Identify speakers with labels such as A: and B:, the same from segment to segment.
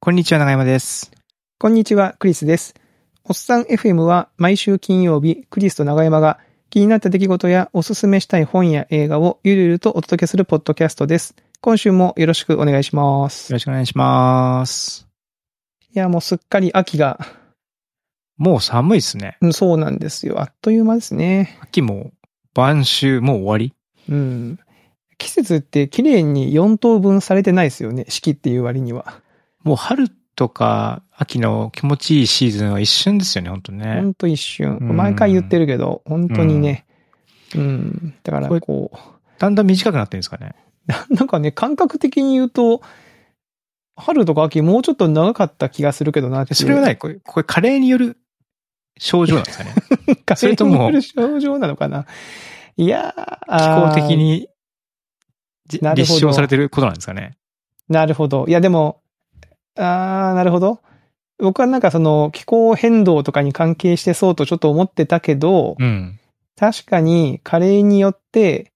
A: こんにちは、長山です。
B: こんにちは、クリスです。おっさん FM は毎週金曜日、クリスと長山が気になった出来事やおすすめしたい本や映画をゆるゆるとお届けするポッドキャストです。今週もよろしくお願いしま
A: よ
B: す。い
A: ろしくお願いします。
B: や、もうすっかり秋が、
A: もう寒いっすね。
B: うんそうなんですよ。あっという間ですね。
A: 秋も、晩秋、もう終わり
B: うん。季節って綺麗に4等分されてないですよね。四季っていう割には。
A: もう春とか秋の気持ちいいシーズンは一瞬ですよね、ほんと
B: ほ
A: ね。
B: んと一瞬。
A: うん
B: 毎回言ってるけど、本当にね。うん。だから
A: これ
B: こう、
A: だんだん短くなってるんですかね。
B: なんかね、感覚的に言うと、春とか秋もうちょっと長かった気がするけどなっていう。。
A: それはないい、これ、これ加齢による症状なんですか ね。そ
B: そ
A: れ
B: れ
A: と
B: と
A: も
B: も。症状なのかな。いや
A: 気
B: ー。
A: 候的に、じ
B: なるほど
A: 立証されてることなんですかね。
B: あー。なるほど。いや、でも、あー、なるほど。僕はなんかその気候変動とかに関係してそうとちょっと思ってたけど、
A: うん。
B: 確かに加齢によって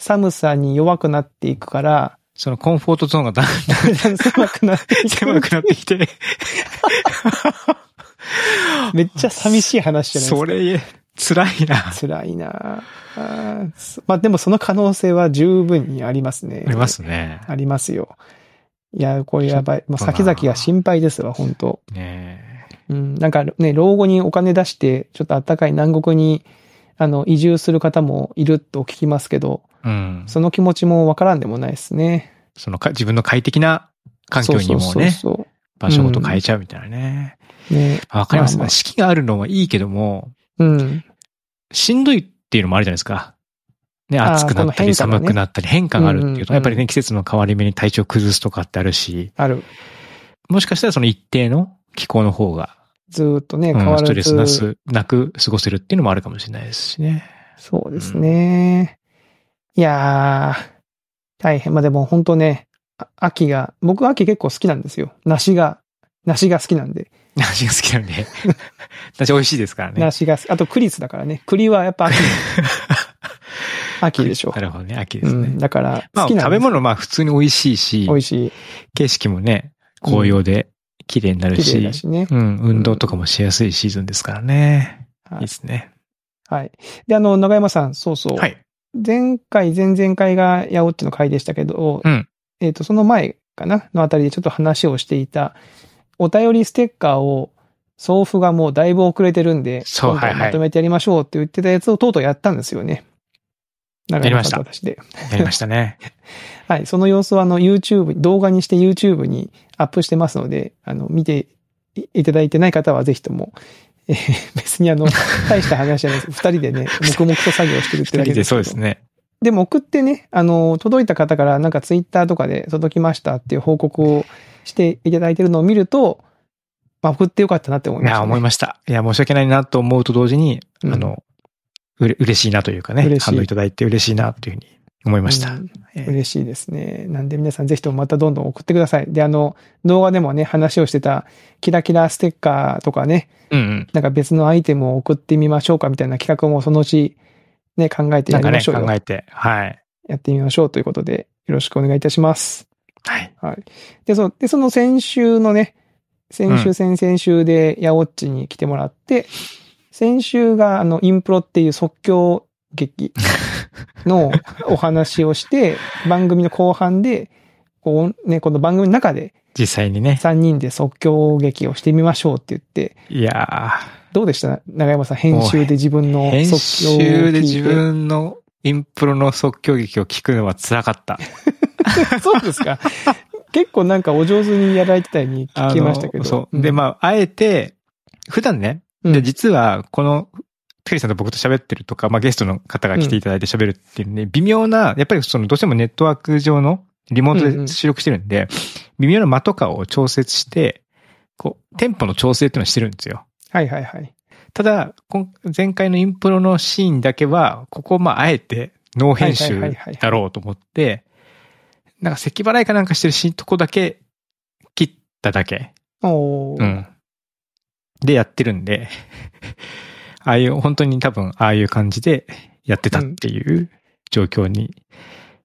B: 寒さに弱くなっていく から、
A: そのコンフォートゾーンがだんだん
B: 狭くなっていく。
A: 狭くなってき て。
B: めっちゃ寂しい話じゃないですか。
A: それ、辛いな。
B: 辛いなあーそまあでもその可能性は十分にありますね。
A: ありますね。
B: ありますよ。いや、これやばい。もう先々が心配ですわ、本当
A: ねえ
B: うん。なんかね、老後にお金出して、ちょっと暖かい南国に、あの、移住する方もいると聞きますけど、
A: うん。
B: その気持ちもわからんでもないですね。
A: そのか自分の快適な環境にも
B: そうそう
A: ね、
B: そうそ
A: 場所ごと変えちゃうみたいなね。
B: う。ね。
A: あわかります。
B: まあまあ
A: 四季があるのはいいけども、
B: うん。
A: しんどいっていうのもあるじゃないですか。ね、
B: あー
A: 暑くなったり、
B: この変化がね
A: 寒くなったり、変化があるっていうと、
B: うんうんうん
A: やっぱりね、季節の変わり目に体調崩すとかってあるし、
B: ある。
A: もしかしたらその一定の気候の方が、
B: ずーっとね、
A: う
B: 変
A: ん、
B: わ
A: ストレ
B: ら
A: スな
B: ず。
A: す、なく過ごせるっていうのもあるかもしれないですし ね。
B: そうですね。いやー、大変。まあでも本当ね、あ秋が、僕秋結構好きなんですよ。梨が、梨が好きなんで。
A: 梨が好きなん で。梨美味しいですからね。
B: 梨が好き、あとクリスだからね。栗はやっ ぱ秋、秋でしょ
A: な。るほどね、秋で
B: う
A: すね。
B: ん、だから、
A: ま
B: 好
A: あ、
B: きな
A: 食
B: ん
A: べ
B: です、
A: 物、まあ、普通に美味しいし
B: 美、味しい。
A: 景色もね、紅葉で綺麗になる
B: 綺麗
A: し
B: だ、しね。
A: うん、運動とかもしやすいシーズンですからね。
B: はいい
A: いですね。
B: はい。で、あの、長山さん、そうそう。
A: はい。
B: 前回、前々回が八尾っちの回でしたけど、
A: うん
B: えっ、と、その前かなのあたりでちょっと話をしていた、お便りステッカーを、送付がもうだいぶ遅れてるんで、
A: そう
B: 今度
A: はいはい
B: まとめてやりましょうって言ってたやつをとうとうやったんですよね。や
A: りました
B: 私で。
A: やりました ね。
B: はい。その様子をあの YouTube、動画にして YouTube にアップしてますので、あの、見ていただいてない方はぜひとも、えー別 にあの、大した話じゃないです。二人でね、黙々と作業してる
A: 二
B: ってだけ
A: 人で
B: ですけ
A: そう
B: ど。
A: ですね。
B: でも送ってね、あの、届いた方からなんかツイッターとかで届きましたっていう報告をしていただいてるのを見ると、まあ、送ってよかったなって思い
A: い
B: ました、
A: や、思いました。いや、申し訳ないなと思うと同時に、あ
B: うん
A: の、うれ嬉しいなというかね、
B: 嬉しい
A: 反応いただいて嬉しいなというふうに思いました
B: う。ん
A: ええ
B: 嬉しいですね。なんで皆さんぜひともまたどんどん送ってください。で、あの、動画でもね、話をしてたキラキラステッカーとかね、
A: うんうん。
B: なんか別のアイテムを送ってみましょうかみたいな企画もそのうちね、考えて
A: な
B: や
A: んか
B: りま
A: ね、
B: しょうよ。
A: 考えて、はい。
B: やってみましょうということで、よろしくお願いいたします。
A: はい。
B: で、その、で、その先週のね、先
A: う
B: 週、先々週で、ヤオッチに来てもらって、先週が、あの、インプロっていう即興 劇のお話をして、番組の後半で、こう、ね、この番組の中で、
A: 実際にね。
B: 3人で即興劇をしてみましょうって言って、
A: いや
B: どうでした長山さん、編集で自分
A: ー
B: の
A: 編
B: 即興を聞いて。
A: 集で自分のインプロの即興劇を聞くのは辛かった。
B: そうですか。結構なんかお上手にやられてたように聞きましたけ
A: あの
B: ど。
A: そう。で、
B: あ、
A: まあ、あえて、普段ね、
B: うん
A: で、実は、この、テリーさんと僕と喋ってるとか、まあ、ゲストの方が来ていただいて喋るっていうね、微妙な、やっぱりその、どうしてもネットワーク上の、リモー
B: うん
A: ト
B: う
A: で
B: ん
A: 収録してるんで、微妙な間とかを調節して、こう、テンポの調整っていうのをしてるんですよ。
B: はいはいはい。
A: ただ、今前回のインプロのシーンだけは、ここ、まあ、あえて、ノー編
B: はい
A: 集
B: はいはいはい
A: だろうと思って、なんか、咳払いかなんかしてるシーンとこだけ、切っただけ。
B: おー
A: うん。でやってるんで、 ああいう、本当に多分ああいう感じでやってたっていう状況に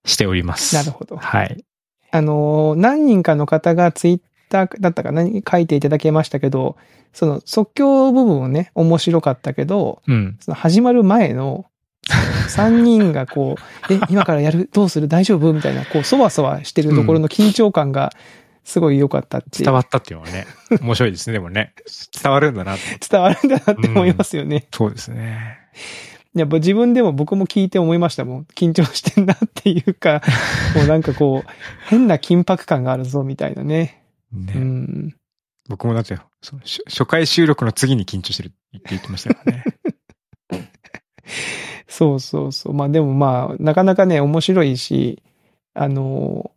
A: しております。
B: なるほど。
A: はい。
B: あのー、何人かの方がツイッターだったか何書いていただけましたけど、その即興部分もね、面白かったけど、
A: うん。
B: その始まる前 の、3人がこう、え、今からやるどうする大丈夫みたいな、こう、そわそわしてるところの緊張感が、すごい良かったっていう。
A: 伝わったっていうのはね、面白いですね、でもね。伝わるんだなって。
B: 伝わるんだなって思いますよね。
A: そうですね。
B: やっぱ自分でも僕も聞いて思いましたもん。緊張してんなっていう か、もうなんかこう、変な緊迫感があるぞみたいなね。
A: ね
B: うん。
A: 僕もだってその初、初回収録の次に緊張してるって言ってましたからね。
B: そうそうそう。まあでもまあ、なかなかね、面白いし、あの、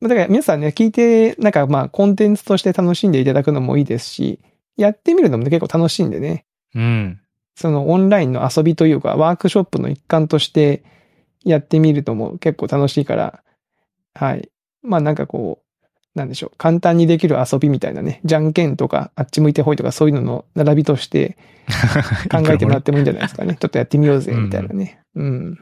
B: まあだから皆さんね、聞いて、なんかまあ、コンテンツとして楽しんでいただくのもいいですし、やってみるのもね結構楽しいんでね。
A: うん。
B: そのオンラインの遊びというか、ワークショップの一環としてやってみるとも結構楽しいから、はい。まあなんかこう、なんでしょう。簡単にできる遊びみたいなね、じゃんけんとか、あっち向いてほいとか、そういうのの並びとして考えてもらってもいいんじゃないですかね。ちょっとやってみようぜ、みたいなね。うん。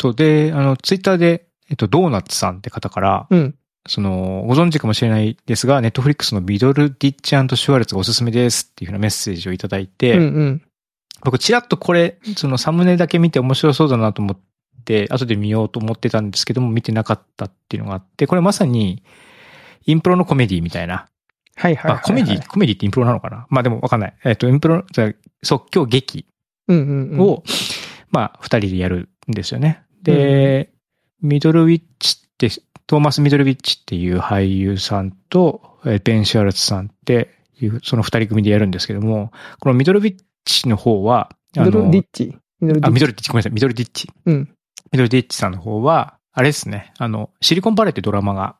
A: そう、で、あの、ツイッターで、えっと、ドーナツさんって方から、
B: うん。
A: その、ご存知かもしれないですが、ネットフリックスのビドル・ディッチシュワルツがおすすめですっていうふうなメッセージをいただいて、
B: うんうん。
A: 僕、ちらっとこれ、そのサムネだけ見て面白そうだなと思って、後で見ようと思ってたんですけども、見てなかったっていうのがあって、これまさに、インプロのコメディみたいな。
B: はいはいはい、
A: まあ、コメディ、コメディってインプロなのかなまあでもわかんない。えっと、インプロ、じゃあ即興劇
B: うんうんうん。
A: を、まあ、二人でやるんですよね。で、ミドルウィッチって、トーマス・ミドルウィッチっていう俳優さんと、えーベン・シュアルツさんっていう、その二人組でやるんですけども、このミドルウィッチの方は、あ
B: ミドル
A: の
B: ディッチ。ミドルデ
A: あ、
B: ィッ
A: ミ
B: チ。
A: ドルディッチ、ごめんなさい、ミドルディッチ。
B: うん。
A: ミドルディッチさんの方は、あれですね、あの、シリコンバレーってドラマが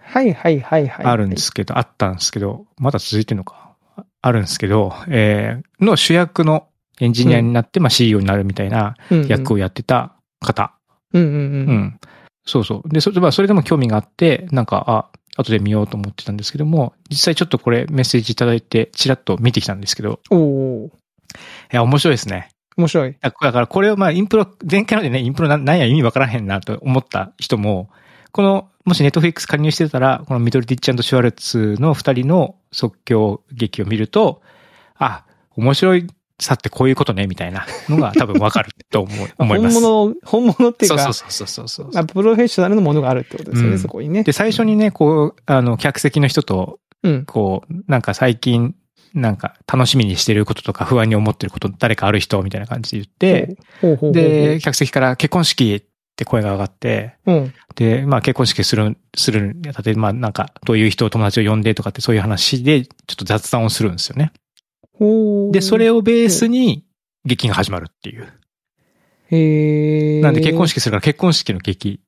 B: はいはいはいはい。
A: あるんで。すけど、あったんですけど、まだ続いてるのか。ああるんですけど、えーの主役のエンジニアになって、まあ CEO になるみたいな
B: うんうん、
A: 役
B: を。
A: をやってた方。
B: うんう
A: うん。
B: ん
A: そうそう。で、それまあそれでも興味があって、なんか、あ、後で見ようと思ってたんですけども、実際ちょっとこれメッセージいただいて、ちらっと見てきたんですけど、
B: うん。おお
A: いや、面白いですね。
B: 面白い。
A: だからだからこれをまあインプロ、前回のでね、インプロなんなんや意味わからへんなと思った人も、この、もしネットフリックス加入してたら、このミドルディッチシュワルツの二人の即興劇を見ると、あ、面白いさってこういうことね、みたいなのが多分わかると思う思い
B: 本
A: ます。
B: 物、本物っていうか、
A: そうそうそうそうそう
B: まあ、プロフェッショナルのものがあるってことですよ
A: う
B: ね、
A: ん
B: そこにね。
A: で、最初にね、こう、あの、客席の人と、
B: うん。
A: こう、なんか最近、なんか楽しみにしてることとか不安に思ってること、誰かある人みたいな感じで言って、
B: ほうほうほうほう、
A: で、客席から結婚式って声が上がって、
B: うん。
A: で、まあ結婚式する、するにあたって、まあなんか、どういう人を友達を呼んでとかってそういう話で、ちょっと雑談をするんですよね。
B: ほう。
A: で、それをベースに、劇が始まるっていう。
B: へー
A: なんで結婚。式するから結婚式の劇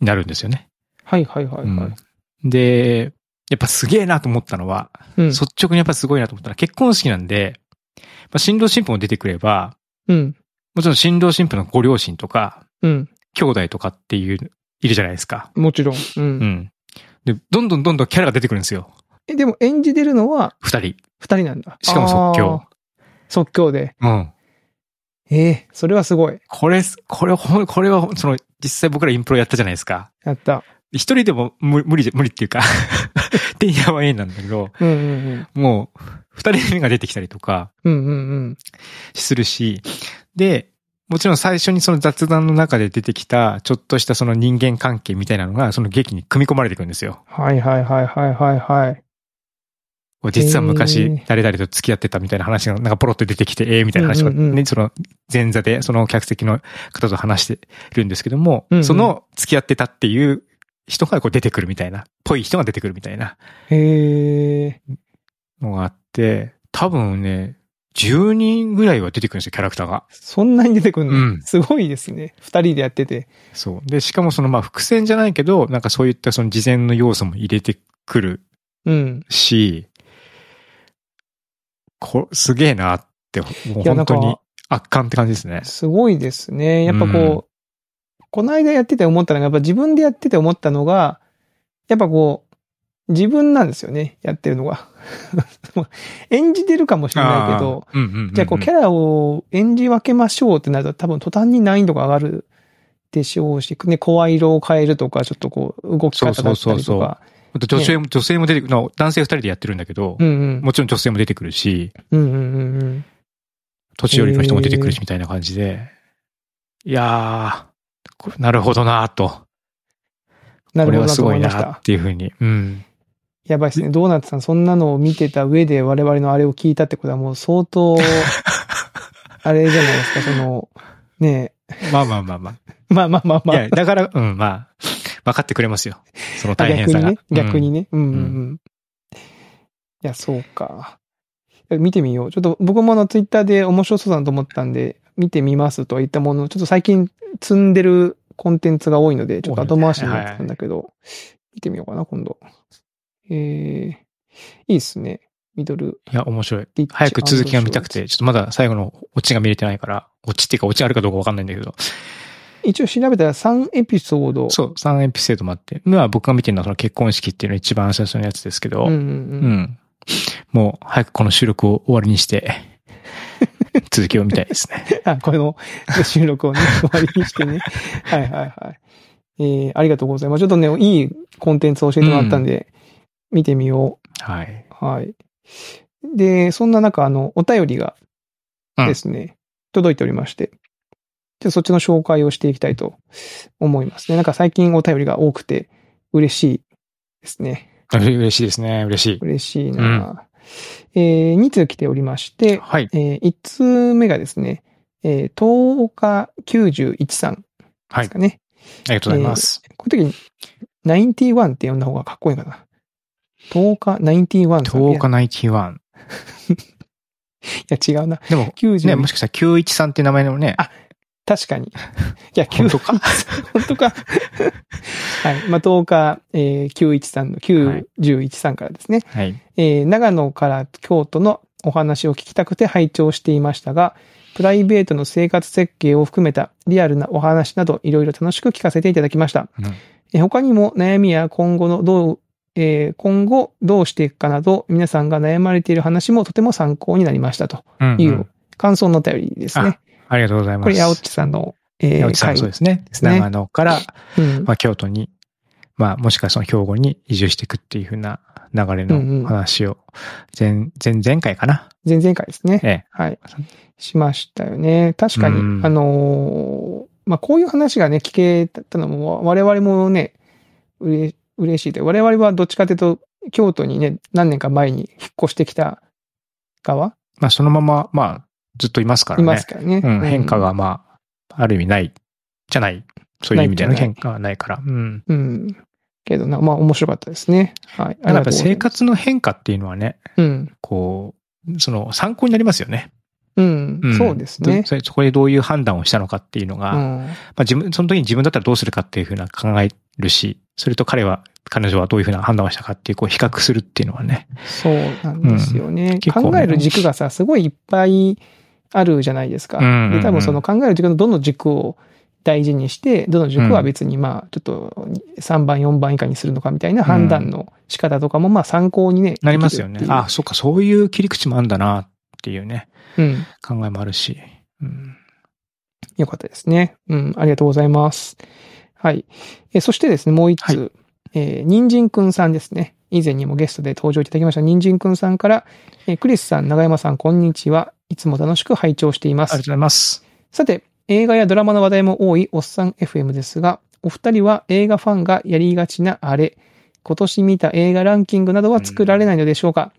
A: になるんですよね。
B: はいはいはいはい。
A: うんで、やっぱすげえなと思ったのは、
B: うん。
A: 率直にやっぱすごいなと思ったのは、結婚式なんで、まあ新郎新婦も出てくれば、
B: うん。
A: もちろん新郎新婦のご両親とか、
B: うん。
A: 兄弟とかっていう、いるじゃないですか。
B: もちろん。う。
A: うんん。で、どんどんどんどんキャラが出てくるんですよ。
B: え、でも演じてるのは
A: 二人。
B: 二人なんだ。
A: しかも即興
B: あー。即興で。
A: うん。
B: ええそれはすごい。
A: これ、これ、ほんこれは、その、実際僕らインプロやったじゃないですか。
B: やった。
A: 一人でも無無理で、無理っていうか、 てんやわんやなんだけど、
B: うんうん
A: もう、二人目が出てきたりとか、
B: うん。うんうんうん。
A: するし、で、もちろん最初にその雑談の中で出てきた、ちょっとしたその人間関係みたいなのが、その劇に組み込まれていくんですよ。
B: はいはいはいはいはいはい。
A: 実は
B: へ
A: 昔
B: ー、
A: 誰々と付き合ってたみたいな話が、なんかポロッと出てきて、ええみたいな話が、
B: うんうんう
A: ね、その前座で、その客席の方と話してるんですけども
B: うんう、ん
A: その付き合ってたっていう人がこう出てくるみたいな、ぽい人が出てくるみたいな
B: へえ。
A: のがあって、多分ね、10人ぐらいは出てくるんですよ、キャラクターが。
B: そんなに出てくるの、
A: うん
B: すごいですね。二人でやってて。
A: そう。で、しかもそのまあ伏線じゃないけど、なんかそういったその事前の要素も入れてくる
B: うん。
A: し、こすげえなって、もう
B: いやな
A: 本当
B: んか
A: に圧巻って感じですね。
B: すごいですね。やっぱこう、
A: うん
B: この間やってて思ったのが、やっぱ自分でやってて思ったのが、やっぱこう、自分なんですよね、やってるのが。 演じてるかもしれないけど、
A: あー、うんうんうんうん
B: じゃあこうキャラを演じ分けましょうってなると多分途端に難易度が上がるでしょうし、ね、声色を変えるとか、ちょっとこう動き方だった
A: そうそう
B: り
A: そ
B: と
A: うそ
B: か、
A: あと女性も、女性も出てくる、の男性二人でやってるんだけど、
B: うんうん。
A: もちろん女性も出てくるし、
B: うんうんうんうん。
A: 年寄りの人も出てくる
B: へ
A: し、みたいな感じで。いやー、こなるほどなーと。
B: な
A: これ
B: るほど
A: は
B: な
A: す
B: と
A: ご
B: 思い
A: い
B: ま
A: な
B: し
A: ー
B: た
A: っ。ていうふうに。うん。
B: やばいですね。ドーナツさん、そんなのを見てた上で我々のあれを聞いたってことはもう相 当、あれじゃないですか、その、ね
A: まあまあまあまあ。
B: え。まあまあまあま
A: い
B: あ
A: や、。だから、うん、まあ、分かってくれますよ。その大変
B: 逆
A: さ
B: に
A: が
B: ね。。逆に
A: ね。
B: ね。うんうんうん。いや、そうか。見てみよう。ちょっと僕もあのツイッターで面白そうだなと思ったんで、見てみますとは言ったものの、ちょっと最近積んでるコンテンツが多いので、ちょっと後回しになってたんだけど、見てみようかな、今度。えー、いいっすね。ミドル。
A: いや、面白い
B: リッ。チ
A: 早く続きが見たくて、ちょっとまだ最後のオチが見れてないから、オチっていうかオチあるかどうか分かんないんだけど、
B: 一応調べたら3エピソード。
A: そう、3エピソードもあって、まあ僕が見てるのはその結婚式っていうの一番最初のやつですけど、
B: うんう
A: うん
B: うん。
A: ん。もう早くこの収録を終わりに して、続きを見たいですね。
B: あ、この収録をね、終わりにして ね。はいはいはい。えー、ありがとうございます。ちょっとね、いいコンテンツを教えてもらったんで、見てみよ
A: はい。
B: う。はい。で、そんな中、あの、お便りが
A: うん
B: ですね、届いておりまして、ちょっとそっちの紹介をしていきたいと思いますね。なんか最近お便りが多くて嬉しいですね。
A: 嬉しいですね。嬉しい。
B: 嬉しいな、えー、2通来ておりまして、
A: はい。
B: えー、1通目がですね、えー、東岡91さん
A: はい。
B: で
A: あ
B: すかね。
A: りがとうございます。
B: こういう時に、91って呼んだ方がかっこいいかな。10日、91さん。
A: 10日ナイキワン。
B: いや、違うな。
A: でも、
B: 90、
A: ね、もしかしたら91さんって名前のね、
B: あ 確かに。いや、
A: 本当か
B: 本 当か。はい。まあ、10日、えー、913の
A: はい
B: 9113からですね。
A: はい。
B: えー長野から京都のお話を聞きたくて拝聴していましたが、プライベートの生活設計を含めたリアルなお話などいろいろ楽しく聞かせていただきました。
A: うん
B: えー他にも悩みや今後のどう、えー今後どうしていくかなど皆さんが悩まれている話もとても参考になりましたと
A: うん、うん
B: いう、感想のお便りですね。
A: ありがとうございます。
B: これ、八落さんの、
A: 八
B: えー
A: 百地さんもそうですね。
B: すね
A: 長野から、
B: 回うん
A: まあ、京都に、まあ、もしくはその兵庫に移住していくっていう風な流れ
B: うんうん
A: の話を、前、前、前回かな。
B: 前々回ですね。
A: ええ。
B: はい。しましたよね。確かに、
A: うん
B: あのーまあ、こういう話がね、聞けたのも、我々もね、うれ、嬉しいで、我々はどっちかというと、京都にね、何年か前に引っ越してきた側
A: まあ、そのまま、まあ、ずっといますからね。
B: いますからね。
A: うん、変化
B: が
A: が、まあ、ある意味ない、じゃない。そういう意味での
B: ないじゃな
A: 変
B: い
A: 化はないから。うん。
B: うん。けどな、まあ面白かったですね。は
A: だ
B: い。
A: からやっぱ
B: あり
A: 生
B: がと
A: 活の変化っていうのはね、
B: うございます
A: こう、その参考になりますよね。
B: うん。うん。
A: ん
B: そうですね
A: ど。それそこでどういう判断をしたのかっていうの
B: う
A: が、まあ
B: ん。
A: 自分、その時に自分だったらどうするかっていうふうな考えるし、それと彼は、彼女はどういうふうな判断をしたかっていう、こう比較するっていうのはね。
B: そうなんですよね。
A: 結構ね
B: 考える軸がさ、すごいいっぱいあるじゃないですか。
A: うんうんうん
B: で、多分その考える軸のどの軸を大事にして、どの軸は別にまあ、ちょっと3番、4番以下にするのかみたいな判断の仕方とかもまあ参考にね。
A: なりますよね
B: で。きるっていう
A: あ、そうか、そういう切り口もあるんだなっていうね、
B: うん。
A: 考えもあるし。うん。
B: よかったですね。うん、ありがとうございます。はい。えーそしてですね、もう一通。えー人参くんさんですね。以前にもゲストで登場いただきました人参くんさんから、えークリスさん、長山さん、こんにちは。いつも楽しく拝聴していま
A: ありがとう
B: す
A: ご。ざいます。
B: さて、映画やドラマの話題も多いおっさん FM ですが、お二人は映画ファンがやりがちなあれ、今年見た映画ランキングなどは作られないのでしょうか、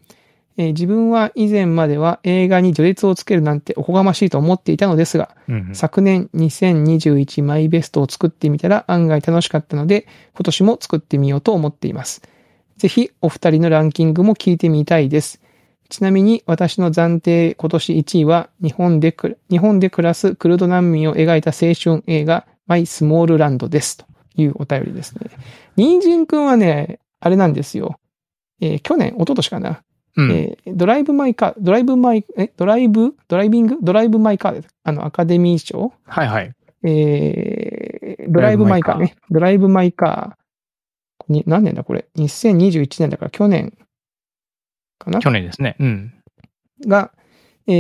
B: えー自分は以前までは映画に序列をつけるなんておこがましいと思っていたのですが、
A: うんうん。
B: 昨年2021マイベストを作ってみたら案外楽しかったので、今年も作ってみようと思っています。ぜひお二人のランキングも聞いてみたいです。ちなみに私の暫定今年1位は日本でく、日本で暮らすクルド難民を描いた青春映画マイスモールランドです。というお便りですね。人参くんはね、あれなんですよ。えー去年、一昨年かな。
A: うん
B: えードライブ・マイ・カー、ドライブ・マイ、え、ドライブ、ドライビングドライブ・マイ・カーで、あの、アカデミー賞
A: はいはい。
B: えードライブ・マイ・カーね。ドライブ・マイ・カー。に何年だこれ ?2021 年だから去年かな
A: 去年ですね。うん。
B: が、え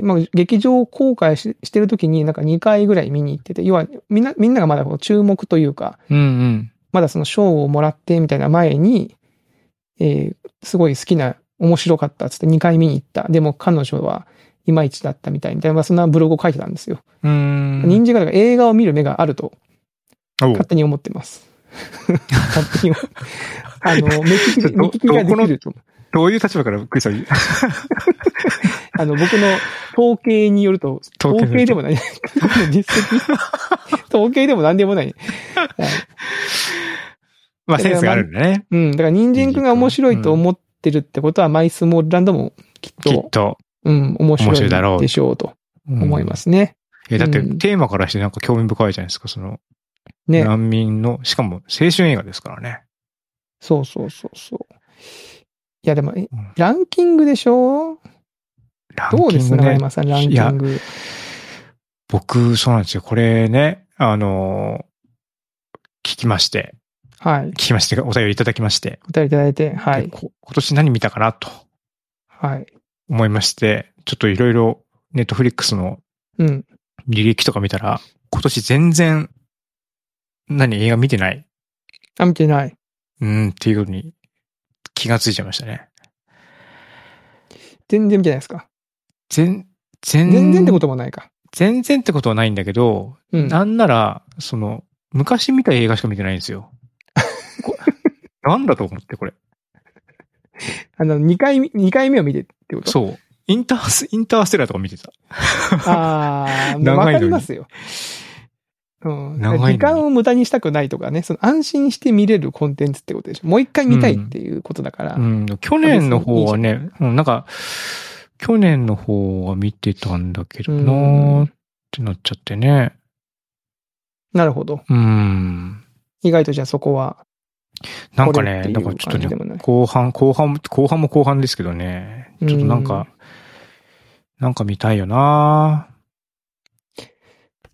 B: ーまあ、劇場公開ししてる時になんか2回ぐらい見に行ってて、要はみんな、みんながまだこう注目というか、
A: うんうん。
B: まだその賞をもらってみたいな前に、えーすごい好きな、面白かったっつって2回見に行った。でも彼女はいまいちだったみたいみたいな、まあそんなブログを書いてたんですよ。
A: うーん。
B: 忍者がだから映画を見る目があると
A: おう
B: 勝手に思ってます。勝手に思っあの、目利きで
A: ちょっと
B: 目利きができると。
A: どういう立場からクリスさん、
B: あの、僕の統計によると、
A: 統計
B: 統
A: によると
B: 計でもない。僕の実績。統計でも何でもない。
A: まあセンスがあるんだね。
B: うん。だから、人参くんが面白いと思ってるってことは、マイスモールランドもきっ
A: きっ
B: と、
A: と。
B: うん、面白
A: 面白いだろ
B: いうでしょうと
A: うん
B: 思いま。すね。
A: え、だって
B: うん
A: テーマからしてなんか興味深いじゃないですか、その、
B: ね。
A: 難民の、しかも青春映画ですからね。
B: そうそうそうそう。いや、でも、
A: う
B: え
A: ん
B: ランキングでしょ
A: ランキン
B: どう
A: グ
B: です
A: ね
B: 長山さん、ランキング。
A: 僕、そうなんですよ。これね、あのー、聞きまして、
B: はい
A: 聞。きまして、お便りいただきまして、
B: お便りいただいて、は
A: で
B: い。
A: こ今年何見たかなと
B: はい。
A: 思いまして、ちょっといろいろネットフリックスの
B: うん。
A: 履歴とか見たら、今年全然、何、映画見てない、
B: あ、見てない。
A: うん、っていうことに気がついちゃいましたね。
B: 全然見てないですか。
A: 全、全
B: 全然ってこともないか。
A: 全然ってことはないんだけど、
B: うん。
A: なんなら、その、昔見た映画しか見てないんです よ。こなんだと思って、これ。
B: あの、2回目、二回目を見てってこと
A: そう。インタース、インターステラーとか見てた。
B: ああ、もうわ
A: 長いのに
B: かりますよ。うん。
A: 長いのに
B: 時間を無駄にしたくないとかね、その安心して見れるコンテンツってことでしょ。もう一回見たいっていうことだから。
A: うん。去年の方はね、うん、なんか、去年の方は見てたんだけどな
B: うん
A: ーってなっちゃってね。
B: なるほど。
A: うん。
B: 意外とじゃあそこは。
A: なんか
B: これっ
A: ね、
B: ていう
A: なんかちょっと
B: 感じでもな
A: ね
B: い、
A: 後半、後半も、後半も後半ですけどね。ちょっとなんか、なんか見たいよなー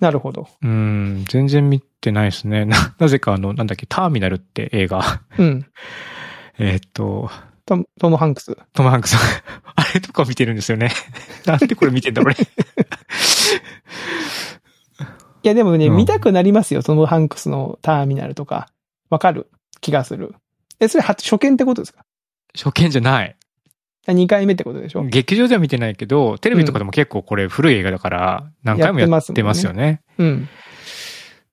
B: なるほど。
A: うん、全然見てないですね。 な、なぜかあの、なんだっけ、ターミナルって映画。
B: うん。
A: えーっと、
B: トムトム・ハンクス。
A: トムハンクさん。 あれとか見てるんですよね。 なんでこれ見てんだ、俺。
B: いや、でもね、
A: うん
B: 見たくなりますよ。トム・ハンクスのターミナルとか。わかる気がする。え、それ初初見ってことですか
A: 初見じゃない。
B: ?2 回目ってことでしょ
A: 劇場では見てないけど、テレビとかでも結構これ古い映画だから、何回もや
B: やっ
A: ってて
B: ま
A: ますす
B: も
A: よ
B: ん
A: ね。
B: うん。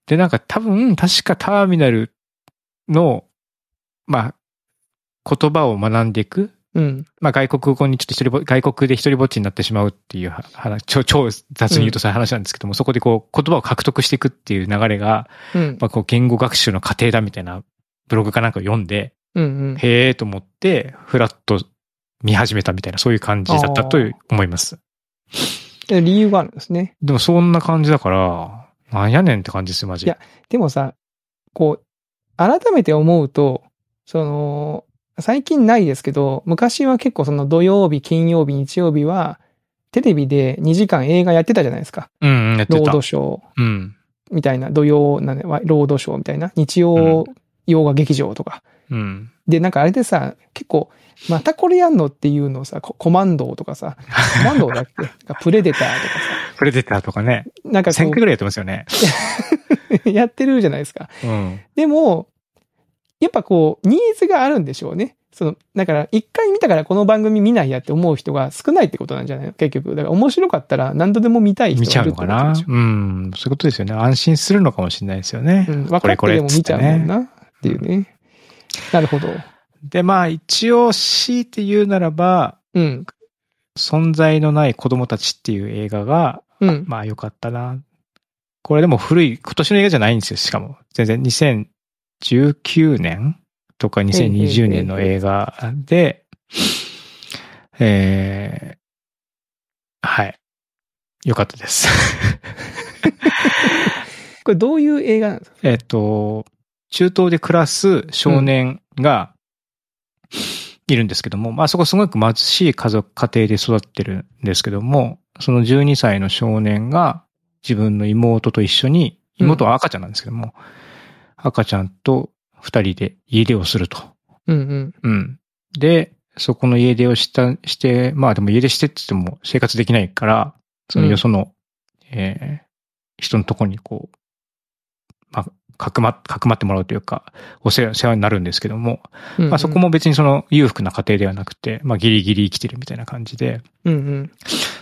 A: で、なんか多分、確かターミナルの、まあ、言葉を学んでいく
B: うん。
A: まあ、外国語にちょっと一人ぼ、外国で一人ぼっちになってしまうっていうは話、超、超雑に言うとそういう話なんですけども、そこでこう、言葉を獲得していくっていう流れが、
B: うん。
A: まあ、こう、言語学習の過程だみたいなブログかなんかを読んで、
B: うんうん。
A: へえーと思って、フラッと見始めたみたいな、そういう感じだったという思います。
B: で理由があるんですね。
A: でも、そんな感じだから、なんやねんって感じですよ、マジ。
B: いやでもさ、こう、改めて思うと、その、最近ないですけど、昔は結構その土曜日、金曜日、日曜日は、テレビで2時間映画やってたじゃないですか。
A: うん、うんやって
B: ロー
A: た
B: ド。ショー
A: うん。
B: みたいな、土曜なんで、ロードショーみたいな、日曜洋画劇場とか。
A: うん。
B: で、なんかあれでさ、結構、またこれやんのっていうのをさ、ココマンドーとかさ、コマンドーだっけなんかプレデターとかさ、
A: プレデターとかね、
B: なんか
A: 1000回
B: こ
A: ぐらいやってますよね。
B: う やってるじゃないですか。
A: うん。
B: でも、やっぱこう、ニーズがあるんでしょうね。その、だから、一回見たからこの番組見ないやって思う人が少ないってことなんじゃないの結局。だから面白かったら何度でも見たい人
A: 見ちゃ
B: がいうる
A: のか
B: ってことなん
A: な
B: でしょ
A: うん。そういうことですよね。安心するのかもしれないですよね。
B: う。うん。分かってでも見ちゃうもんな。っていうね。なるほど。
A: で、まあ一応強いて言うならば、
B: うん。
A: 存在のない子供たちっていう映画が、
B: うん。
A: まあ良かったな。これでも古い、今年の映画じゃないんですよ、しかも。全然2019年とか2020年の映画で、えー、はい。良かったです。
B: これどういう映画なんですか
A: えっと、中東で暮らす少年がいるんですけども、まあそこすごく貧しい家族、家庭で育ってるんですけども、その12歳の少年が自分の妹と一緒に、
B: うん
A: 妹は赤ちゃんなんですけども、赤ちゃんと二人で家出をすると。
B: うんうん。
A: うん。で、そこの家出をした、して、まあでも家出してって言っても生活できないから、そのよその、えー人のとこにこう、まあ、かくま、かくまってもらうというか、お世話世話になるんですけども、
B: うんうん
A: まあそこ。も別にその裕福な家庭ではなくて、まあギリギリ生きてるみたいな感じで、
B: うんうん。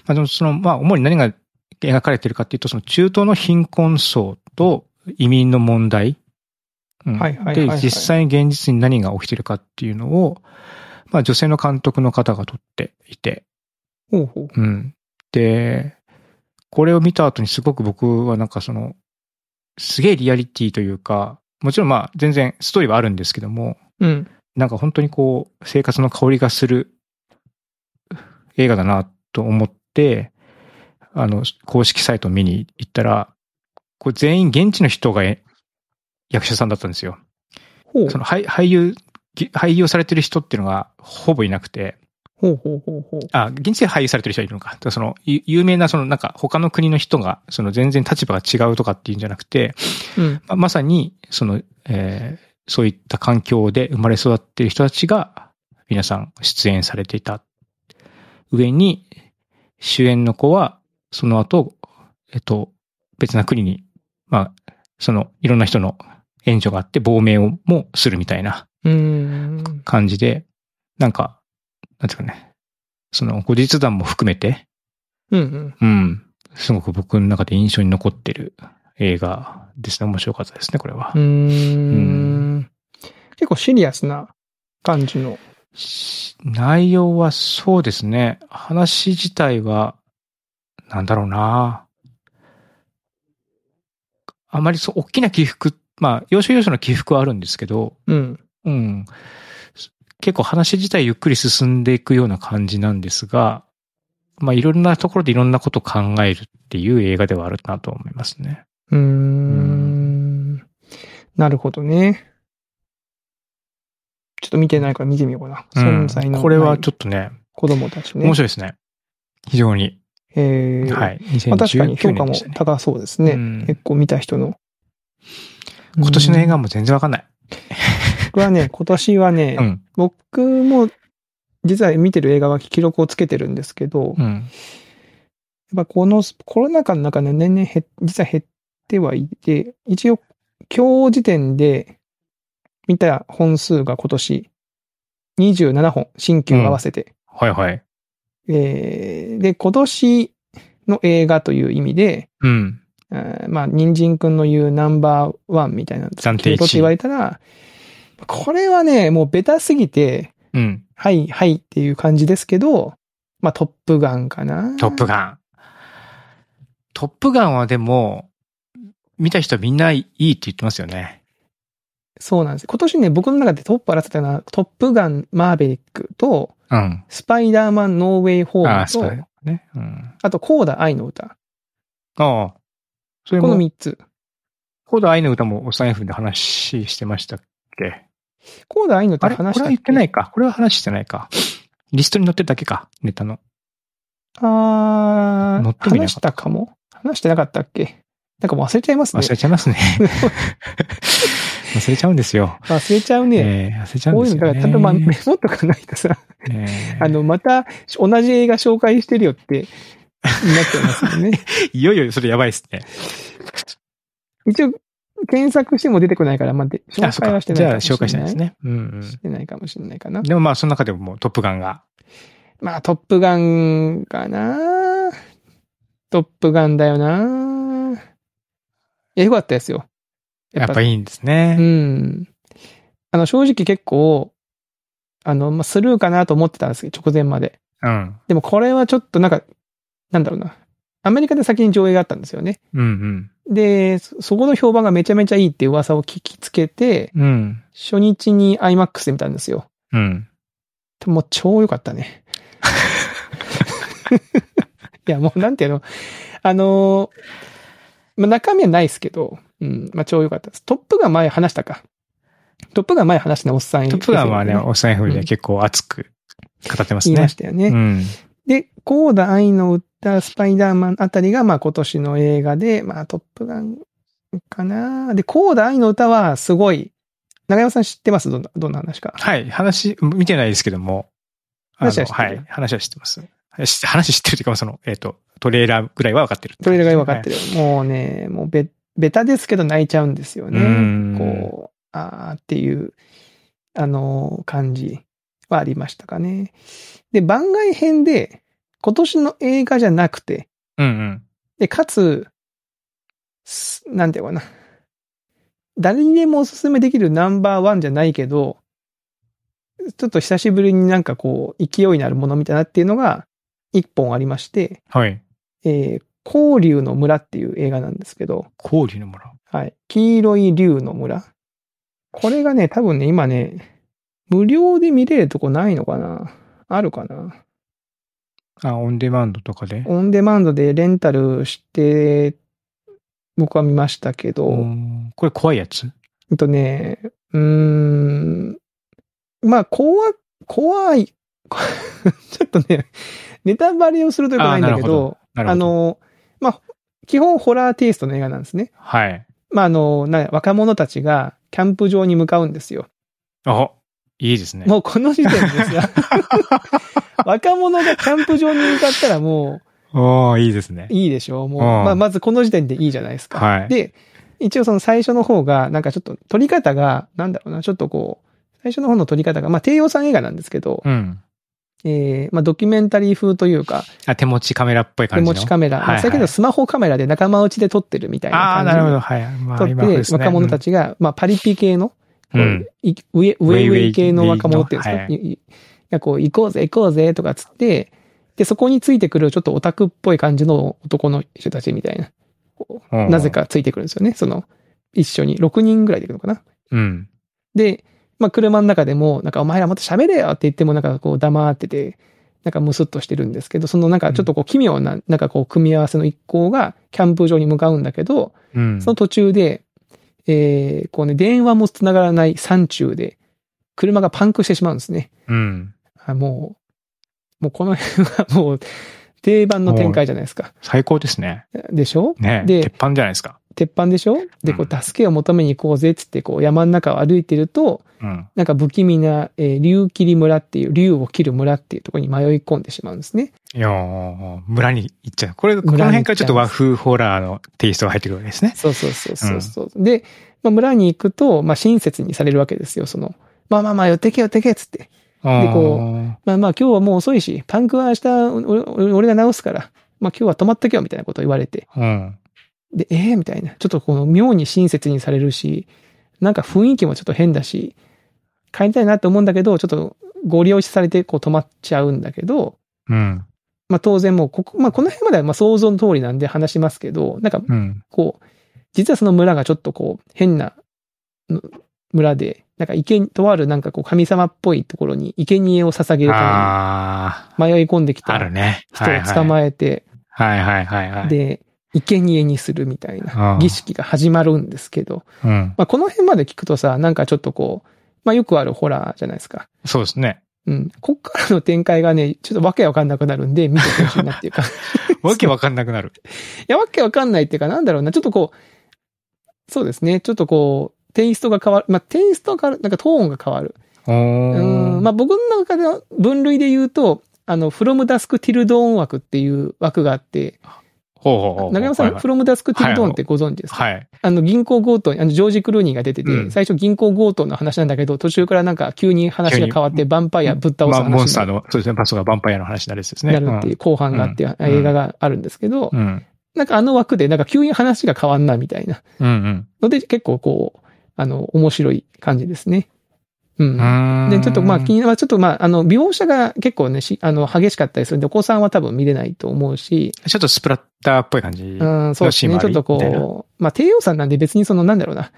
A: まあでもその、まあ主に何が描かれてるかっていうと、その中東の貧困層と移民の問題、うん
B: はいはいはい
A: で
B: はい、
A: 実際に現実に何が起きてるかっていうのを、まあ女性の監督の方が撮っていて、
B: ほうほう。
A: うん。で、これを見た後にすごく僕はなんかその、すげえリアリティというか、もちろんまあ全然ストーリーはあるんですけども、
B: うん。
A: なんか本当にこう、生活の香りがする映画だなと思って、あの、公式サイトを見に行ったら、こう全員現地の人がえ役者さんだったんですよ。
B: ほう。
A: その俳俳優、ぎ俳優をされてる人っていうのがほぼいなくて、
B: ほうほうほうほう。
A: あ、現地で俳優されてる人はいるのか。だからその、ゆ有名なそのなんか他の国の人が、その全然立場が違うとかっていうんじゃなくて、
B: うん。
A: ままさに、その、えーそういった環境で生まれ育っている人たちが、皆さん出演されていた。上に、主演の子は、その後、えっと、別な国に、まあ、その、いろんな人の援助があって、亡命をもするみたいな
B: うーん。
A: 感じで、なんか、なんていうかね、その、後日談も含めて、
B: うんうん。
A: うん、すごく僕の中で印象に残ってる映画ですね。面白かったですね、これは
B: う。ーん。結構シリアスな感じの。
A: し内容はそうですね。話自体は、なんだろうな。あまりそう、大きな起伏、まあ、要所要所の起伏はあるんですけど、
B: うん。
A: うん。結構話自体ゆっくり進んでいくような感じなんですが、まあ、いろんなところでいろんなことを考えるっていう映画ではあるなと思いますね。
B: うーん。なるほどね。ちょっと見てないから見てみようかな。
A: うん
B: 存在の。
A: これはちょ
B: っ
A: っと
B: と。
A: ね、
B: 子供たちね。
A: 面白いですね。非常に。
B: えー、
A: はい。
B: まあ確かに
A: 2019
B: 評価
A: 年
B: も
A: でしたね。
B: 高そうですね。
A: うん
B: 結構見た人の。
A: 今年の映
B: う
A: 画
B: ん
A: も全然わかんない。
B: 僕はね、今年はね、
A: うん。
B: 僕も実は見てる映画は記録をつけてるんですけど、やっ
A: うん。
B: ぱこのコロナ禍の中で年々減っ実は減ってはいて、一応今日時点で見た本数が今年27本、新旧合わせて。
A: はいはい。
B: えーで、今年の映画という意味で、
A: うん。
B: えーまあ、人参くんの言うナンバーワンみたいなの
A: 暫定一位
B: 決めろって言われたら、これはね、もうベタすぎて、
A: うん。
B: はい、はいっていう感じですけど、まあ、トップガンかな。
A: トップガン。トップガンはでも、見た人はみんないいって言ってますよね。
B: そうなんです。今年ね、僕の中でトップ争ってたのは、トップガンマーベリックと、
A: うん。
B: スパイダーマンノーウェイホ
A: あ
B: ー
A: あ、そうだ
B: ムと、
A: よね。うん。
B: あと、コーダ愛の歌。
A: ああ。それ
B: この
A: も、
B: 3つ。
A: コード愛の歌もお財布で話してましたっけ
B: コーダ愛の
A: あ
B: 歌
A: れこ
B: 話
A: れ
B: した。
A: は言ってないいか。これは話してないか。リストに載ってるだけか。ネタの。
B: あ
A: 乗っ
B: ー、
A: てみなかった
B: 話したかも話してなかったっけなんかもう忘れちゃいますね
A: 忘。れちゃいます ね。忘れちゃうんですよ。
B: 忘れちゃうね。
A: ええ忘れちゃうん
B: こう
A: で
B: い
A: す
B: うの、
A: よ
B: だ
A: ね。
B: から、例えばメモとかないとさ、
A: ええ
B: あの、また同じ映画紹介してるよって、なっちゃいますよ ね。
A: いよいよそれやばいですね。
B: 一応、検索しても出てこないから、まあ、で紹
A: あそう
B: 介は
A: か
B: して
A: じ
B: ない
A: ゃ
B: か
A: あ
B: もしれない。
A: 紹介したいです。ね。うん、うん。
B: してないかもしれないかな。
A: でもまあ、その中でももうトップガンが。
B: まあ、トップガンかなトップガンだよないや、よかったですよ。
A: やっぱ
B: り。
A: いいんです
B: う
A: ね。
B: ん。あの、正直結構、あの、まあ、スルーかなと思ってたんですけど、直前まで。
A: うん。
B: でもこれはちょっとなんか、なんだろうな。アメリカで先に上映があったんですよね。
A: うん
B: で、そそこの評判がめちゃめちゃいいって噂を聞きつけて、
A: うん。うん。
B: 初日に IMAX で見たんですよ。
A: うん。
B: もう超良かったね。いや、もうなんていうの。あのーまあ、中身はないですけど、うん、まあ、超良かったです。トップガン前話したか。トップガン前話したのおっさん
A: トップガンはね、
B: ですよ
A: お財布で結構熱く語ってます
B: 言いま
A: ね。
B: したよね。
A: うん。
B: で、コーダ愛の歌、スパイダーマンあたりが、まあ今年の映画で、まあトップガンかな。で、コーダ愛の歌はすごい、長山さん知ってますどんな、どんな話か。
A: はい。話、見てないですけども。あの
B: 話は知って
A: は
B: る
A: い。話は知ってます。はいし話知ってるっていうか、その、えっと、トレーラーぐらいは分かってる。
B: トレーラーが分かって
A: る。
B: る。もうね、もうベベタですけど泣いちゃうんですよ
A: う
B: ね
A: ん。
B: こう、あーっていう、あのー感じはありましたかね。で、番外編で、今年の映画じゃなくて、
A: うんうん。
B: で、かつ、すなんていうのかな。誰にでもおすすめできるナンバーワンじゃないけど、ちょっと久しぶりになんかこう、勢いのあるものみたいなっていうのが、一本ありまして、
A: はい。
B: えー、交流の村っていう映画なんですけど、
A: 交流の村。
B: はい。黄色い竜の村。これがね、多分ね、今ね、無料で見れるとこないのかなあるかな
A: あ、オンデマンドとかで。
B: オンデマンドでレンタルして、僕は見ましたけど、
A: うんこれ怖いやつ
B: えっとね、うーん、まあ、怖、怖い、 ちょっとね、ネタバレをするとよくないんだけ
A: あなるほ
B: ど、
A: な
B: あ
A: るほど。
B: の、まあ、基本ホラーテイストの映画なんですね。
A: はい。
B: まあ、あの、な若者たちがキャンプ場に向かうんですよ。
A: あ、いいですね。
B: もうこの時点です よ。若者がキャンプ場に向かったらも
A: ああ、いいですね
B: う。いいでしょう。もう、
A: うん
B: まあ、まずこの時点でいいじゃないですか。
A: はい。
B: で、一応その最初の方が、なんかちょっと撮り方が、なんだろうな、ちょっとこう、最初の方の撮り方が、まあ、低予算映画なんですけど、
A: うん。
B: えーまあ、ドキュメンタリー風というか、
A: あ、手持ちカメラっぽい
B: 手
A: 感じの。
B: 持ちカメラ、
A: はい
B: まあ
A: はい
B: 最近のスマホカメラで仲間内で撮ってるみたい
A: ああ、
B: な
A: なるほど。
B: 感
A: はい。ま
B: じ
A: あ、
B: に
A: 今
B: 撮
A: 風
B: って
A: で、すね。
B: 若者たちが、まあ、パリピ系の、
A: うん。
B: こう
A: うん
B: い上、上
A: ウェイ
B: 上系の若者っていうんです
A: は
B: か、
A: い
B: いいがこう、行こうぜ、行こうぜ、とかっつって、で、そこについてくるちょっとオタクっぽい感じの男の人たちみたいな、
A: うん
B: なぜ。かついてくるんですよね。その、一緒に、6人ぐらいで行くのかな。
A: うん。
B: で、まあ、車の中でも、なんか、お前らもっと喋れよって言っても、なんかこう、黙ってて、なんかムスッとしてるんですけど、そのなんかちょっとこう、奇妙な、なんかこう、組み合わせの一行が、キャンプ場に向かうんだけど、
A: うん。
B: その途中で、えー、こうね、電話も繋がらない山中で、車がパンクしてしまうんですね。
A: うん。
B: あもう、もうこの辺はもう、定番の展開じゃないですか。
A: 最高ですね。
B: でしょ
A: ね
B: で
A: 鉄板じゃないですか。
B: 鉄板でしょで、こ
A: う
B: う、助けを求めに行こうぜっつって、こう、山の中を歩いてると、
A: うん。
B: なんか不気味な、えー竜切り村っていう、竜を切る村っていうところに迷い込んでしまうんですね。
A: いやー村に行っちゃう。これ、こ
B: 村
A: の
B: に行
A: 辺
B: っちゃう
A: からちょっと和風ホラーのテイストが入ってくるわけですね。
B: そうそうそうそうそう、で、まあ、村に行くと、まあ、親切にされるわけですよ、その。まあまあまあ、寄ってけ寄ってけっつって。
A: で
B: こまあまあ今日はもう遅いし、パンクは明日おお俺が直すから、まあ今日は泊まっとけよみたいなことを言われて、
A: う、うん。
B: で、ええみたいな。ちょっとこの妙に親切にされるし、なんか雰囲気もちょっと変だし、帰りたいなって思うんだけど、ちょっとご利用しされてこう泊まっちゃうんだけど、
A: うん。
B: まあ当然もうここ、まあこの辺まではまあ想像の通りなんで話しますけど、なんか
A: うん。
B: こう、実はその村がちょっとこう変なの村で、なんか池に、とあるなんかこう神様っぽいところに生贄を捧げるた
A: あ
B: めに迷い込んでき
A: あ、あ
B: た
A: るね。
B: 人を捕まえて、
A: はいはいはいはい。、
B: で、生贄にするみたい
A: あ
B: な
A: あ
B: 儀式が始まるんですけど、
A: うん。
B: まあ、この辺まで聞くとさ、なんかちょっとこう、まあよくあるホラーじゃないですか。
A: そうですね。
B: うん。こっからの展開がね、ちょっとわけわかんなくなるんで、見てほしいなってい うか。い
A: わけわかんなくなる。
B: や、わけわかんないっていうか、なんだろうな、ちょっとこう、そうですね、ちょっとこう、テイストが変わる。まあ、テイストが変わる。なんかトーンが変わる。
A: う
B: うん。
A: ん
B: まあ、僕の中での分類で言うと、あの、from dusk till dawn 枠っていう枠があって、
A: ほうほうほう。
B: 中山さん、
A: はい
B: from dusk till dawn ってご存知ですか
A: はい。
B: あの、銀行強盗に、あの、ジョージ・クルーニーが出てて、
A: うん
B: 最初銀行強盗の話なんだけど、途中からなんか急に話が変わって、ヴァンパイアぶっ倒す
A: まあ、モンス
B: 話
A: ター
B: に
A: の、そうですね、パスがヴァンパイアの話になるやつですね。
B: なるっていう後半があって、
A: うん
B: 映画があるんですけど、
A: うん。うん。
B: なんかあの枠で、なんか急に話が変わんなみたいな
A: うん
B: ので、結構こう、あの、面白い感じですね。う。
A: うんん。うーん。
B: で、ちょっとまあ気になる、ちょっとまあ、あの、描写が結構ね、しあの、激しかったりするんで、お子さんは多分見れないと思うし、
A: ちょっとスプラッターっぽい感じ。
B: うん、そうです
A: よ
B: ね。
A: し
B: ちょっと
A: 周りみたい
B: こう、まあ、低予算なんで別にその、なんだろうな。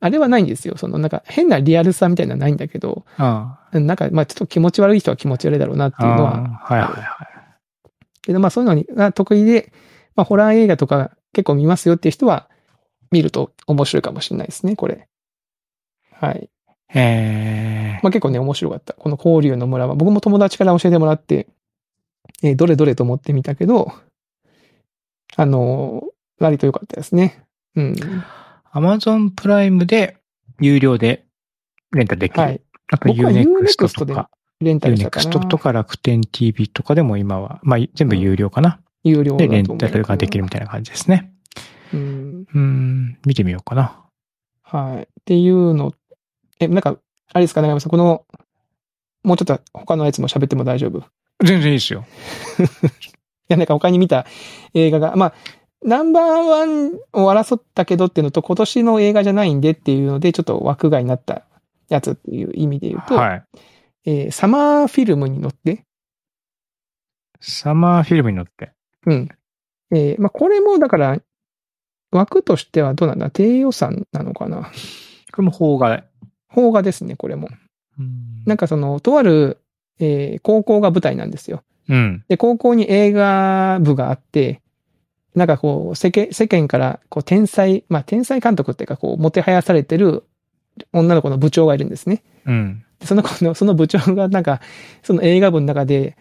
B: あれはないんですよ。その、なんか変なリアルさみたいなのはないんだけど、
A: あ
B: なんか、まあ、ちょっと気持ち悪い人は気持ち悪いだろうなって
A: あ
B: いうのは。
A: はいはいはい。
B: けど、まあ、そういうのにが得意で、まあ、ホラー映画とか結構見ますよっていう人は、見ると面白いかもしれないですね、これ。はい。
A: え
B: まあ、結構ね、面白かった。この交流の村は、僕も友達から教えてもらって、えーどれどれと思ってみたけど、あのー、割と良かったですね。うん。
A: ー、Amazon プライムで有料でレンタルできる。
B: はい。
A: あと
B: 僕は
A: Unext と
B: Unext
A: か、
B: レンタルしたか
A: Unext
B: な。
A: とか楽天 TV とかでも今は、まあ全部有料かな。
B: 有料だ
A: で、
B: と思
A: レ
B: う
A: ンタルができるみたいな感じですね。
B: うんう
A: う
B: ん。
A: ん、見てみようかな。
B: はい。っていうの、え、なんか、あれですか、長山さん、この、もうちょっと他のやつも喋っても大丈夫 い
A: 全然いいですよ。
B: や、なんか他に見た映画が、まあ、ナンバーワンを争ったけどっていうのと、今年の映画じゃないんでっていうので、ちょっと枠外になったやつっていう意味で言うと、
A: はい。
B: えーサマーフィルムに乗って、
A: サマーフィルムに乗って。
B: うん。えーまあ、これもだから、枠としてはどうなんだ低予算なのかな
A: これも邦画。
B: 邦画ですね、これも。
A: うん
B: なんかその、とある、えー高校が舞台なんですよ。
A: うん。
B: で、高校に映画部があって、なんかこう、世間世間から、こう、天才、まあ、天才監督っていうか、こう、もてはやされてる女の子の部長がいるんですね。
A: うん。
B: でその子の、そ の部長がなんか、その映画部の中で、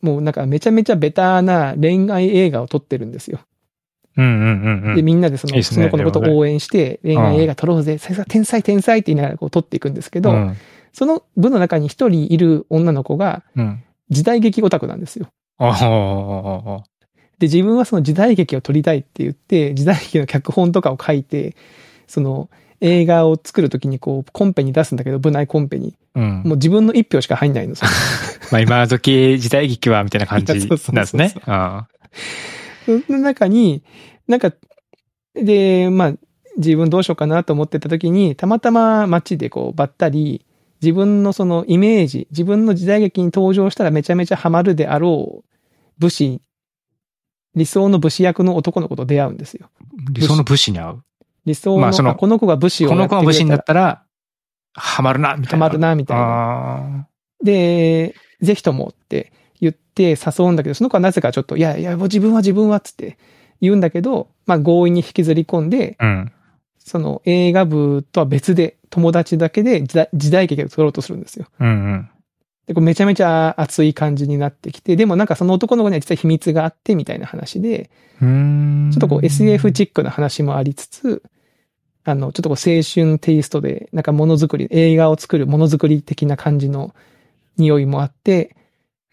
B: もうなんかめちゃめちゃベターな恋愛映画を撮ってるんですよ。
A: うんうんうんう
B: で、
A: ん。
B: みんなでその、
A: いいっすね
B: その子のこと
A: でもね
B: を応援して、恋愛映画撮ろうぜ、さすが天才天才って言いながらこう撮っていくんですけど、
A: うん。
B: その部の中に一人いる女の子が
A: うん。
B: 時代劇オタクなんですよ。
A: ああああああ
B: で、自分はその時代劇を撮りたいって言って、時代劇の脚本とかを書いて、その映画を作るときにこう、コンペに出すんだけど、部内コンペに。
A: うん。
B: もう自分の一票しか入んないの。その
A: まあ今時時代劇はみたいな感じ
B: いや そうそうそうそう
A: なんですね。あ
B: その中に、なんか、で、まあ、自分どうしようかなと思ってたときに、たまたま街でこう、ばったり、自分のそのイメージ、自分の時代劇に登場したらめちゃめちゃハマるであろう武士、理想の武士役の男の子と出会うんですよ。
A: 理想の武士に合う。
B: 理想の、
A: まあその
B: あこの子が武士を
A: この子が
B: や
A: 武
B: って
A: 士
B: くれ
A: にな
B: たら
A: ったら、ハマるな、みた
B: ハ
A: いな。
B: マるな、みたい
A: あ
B: な。で、ぜひともって言って誘うんだけど、その子はなぜかちょっと、いやいや、もう自分は自分はっつって言うんだけど、まあ強引に引きずり込んで、
A: あ。うん。
B: その映画部とは別で友達だけで時代時代劇を撮ろうとするんですよ。
A: うんうん。
B: で、これめちゃめちゃ熱い感じになってきて、でもなんかその男の子には実は秘密があってみたいな話で、
A: うーん
B: ちょっとこう SF チックな話もありつつ、あの、ちょっとこう青春テイストで、なんかものづくり、映画を作るものづくり的な感じの匂いもあって、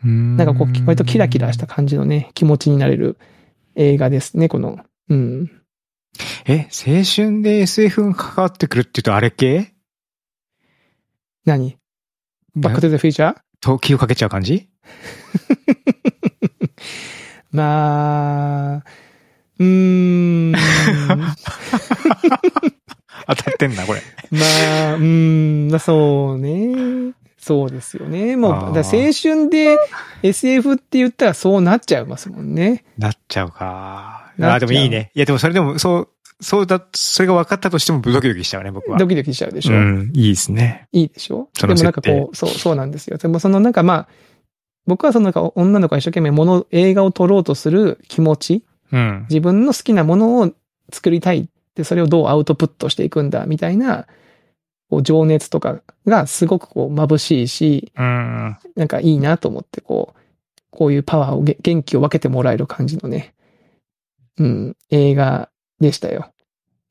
A: な
B: なんかこう、割とキラキラした。感じのね、気持ちになれる映画ですね、この。うん。
A: え、青春で SF が関わってくるって言うとあれ系
B: 何バックトゥザフューチャー
A: 時をかけちゃう感じ
B: まあ、うーん。ま
A: 当たってんな、これ。
B: あ、うーん、そうね。そうですよね。もう、
A: あー
B: だから青春で SF って言ったらそうなっちゃいますもんね。
A: なっちゃうか。
B: なっ
A: あ、
B: ちゃ
A: で
B: う
A: もいいね。いや、でもそれでも、そう、そうだ、それが分かったとしてもドキドキしちゃうね、僕は。
B: ドキドキしちゃうでしょ。
A: うん、いいですね。
B: いいでしょ
A: その
B: でも
A: 設
B: なん
A: 定
B: かこう、そう、そうなんですよ。でもそのなんかまあ、僕はそのなんか女の子が一生懸命もの、映画を撮ろうとする気持ち
A: うん。
B: 自分の好きなものを作りたいって、それをどうアウトプットしていくんだ、みたいな、こう、情熱とかがすごくこう、眩しいし、
A: うん。
B: なんかいいなと思って、こう、こういうパワーをげ、元気を分けてもらえる感じのね、うん、映画でしたよ。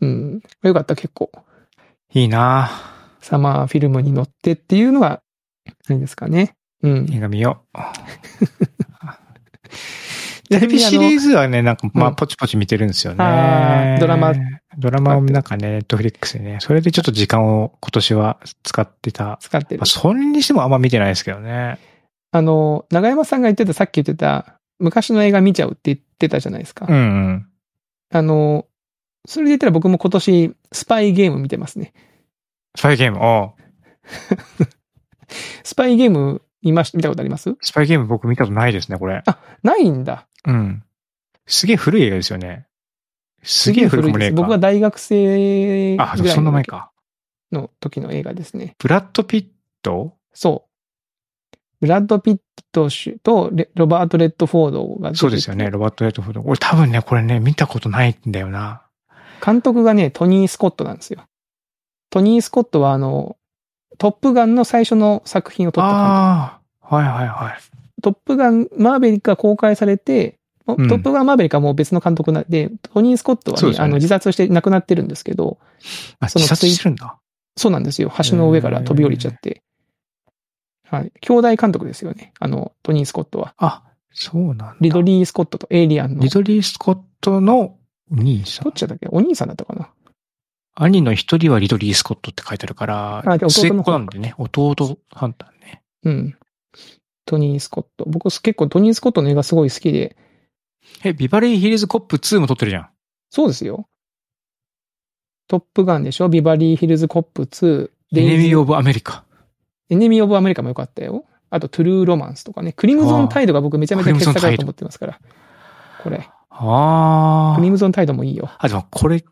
B: うん。よかった、結構。
A: いいな
B: サマーフィルムに乗ってっていうのが、何ですかね。うん。
A: 映画見よ う。
B: テ
A: テレビシリー
B: ズ
A: ズはね、なんか、ま
B: う
A: あ、
B: ん
A: ポチポチ見てるんですよ
B: あ
A: ね
B: ー。ドラマ。
A: ドラマをなんかね、ネットフリックスでね、それでちょっと時間を今年は使ってた。ま
B: 使ってる
A: あ、。それにしてもあんま見てないですけどね。
B: あの、長山さんが言ってた、さっき言ってた、昔の映画見ちゃうって言ってたじゃないですか。
A: うんうん。
B: あの、それで言ったら僕も今年、スパイゲーム見てますね。
A: スパイゲーム、おう
B: スパイゲーム見まし、見たことあります
A: スパイゲーム僕見たことないですね、これ。
B: ないんだ。
A: うん。すげえ古い映画ですよね。すげえ古くもねえ
B: です
A: か。
B: 僕が大学生ぐら
A: あ、
B: い
A: でもそんな前か。
B: の時の映画ですね。
A: ブラッド・ピット
B: そう。ブラッド・ピット氏とレロバート・レッドフォードが出てきて
A: そうですよね。。ロバート・レッドフォード。俺多分ね、これね、見たことないんだよな。
B: 監督がね、トニー・スコットなんですよ。トニー・スコットはあの、トップガンの最初の作品を撮った監督
A: ああ、はいはいはい。
B: トップガン、マーベリックが公開されて、もう
A: うん
B: トップガン、マーベリックはもう別の監督なんで、トニー・スコットは
A: そう
B: ね、
A: ですよ
B: あ
A: ね
B: の、自殺して亡くなってるんですけど、
A: あ、
B: その
A: 自殺してるんだ。
B: そうなんですよ。橋の上から飛び降りちゃって。はい。兄弟監督ですよね。あの、トニー・スコットは。
A: あ、そうなんだ。
B: リドリー・スコットとエイリアンの
A: リ。ドリー・スコットのお兄さ
B: ど
A: ん
B: っ。ちだったっけお兄さんだったかな
A: 兄の一人はリドリー・スコットって書いてあるから、
B: あじゃあ弟の方
A: 末っ子なんでね、弟ハンターね。
B: うん。トニー・スコット。僕結構トニー・スコットの映画すごい好きで、
A: え、ビバリー・ヒルズ・コップ2も撮ってるじゃん。
B: そうですよ。トップガンでしょビバリー・ヒルズ・コップ2。
A: エネミー・オ
B: ブ・
A: ブ・アメリカ。
B: エネミー・オブ・アメリカも良かったよ。あと、トゥルー・ロマンスとかね。クリムゾン・タイドが僕めちゃめちゃ傑作だと思ってますから。これ。
A: あ
B: クリ
A: ー。
B: ムゾン・タイドもいいよ。
A: あ、でもこれ、好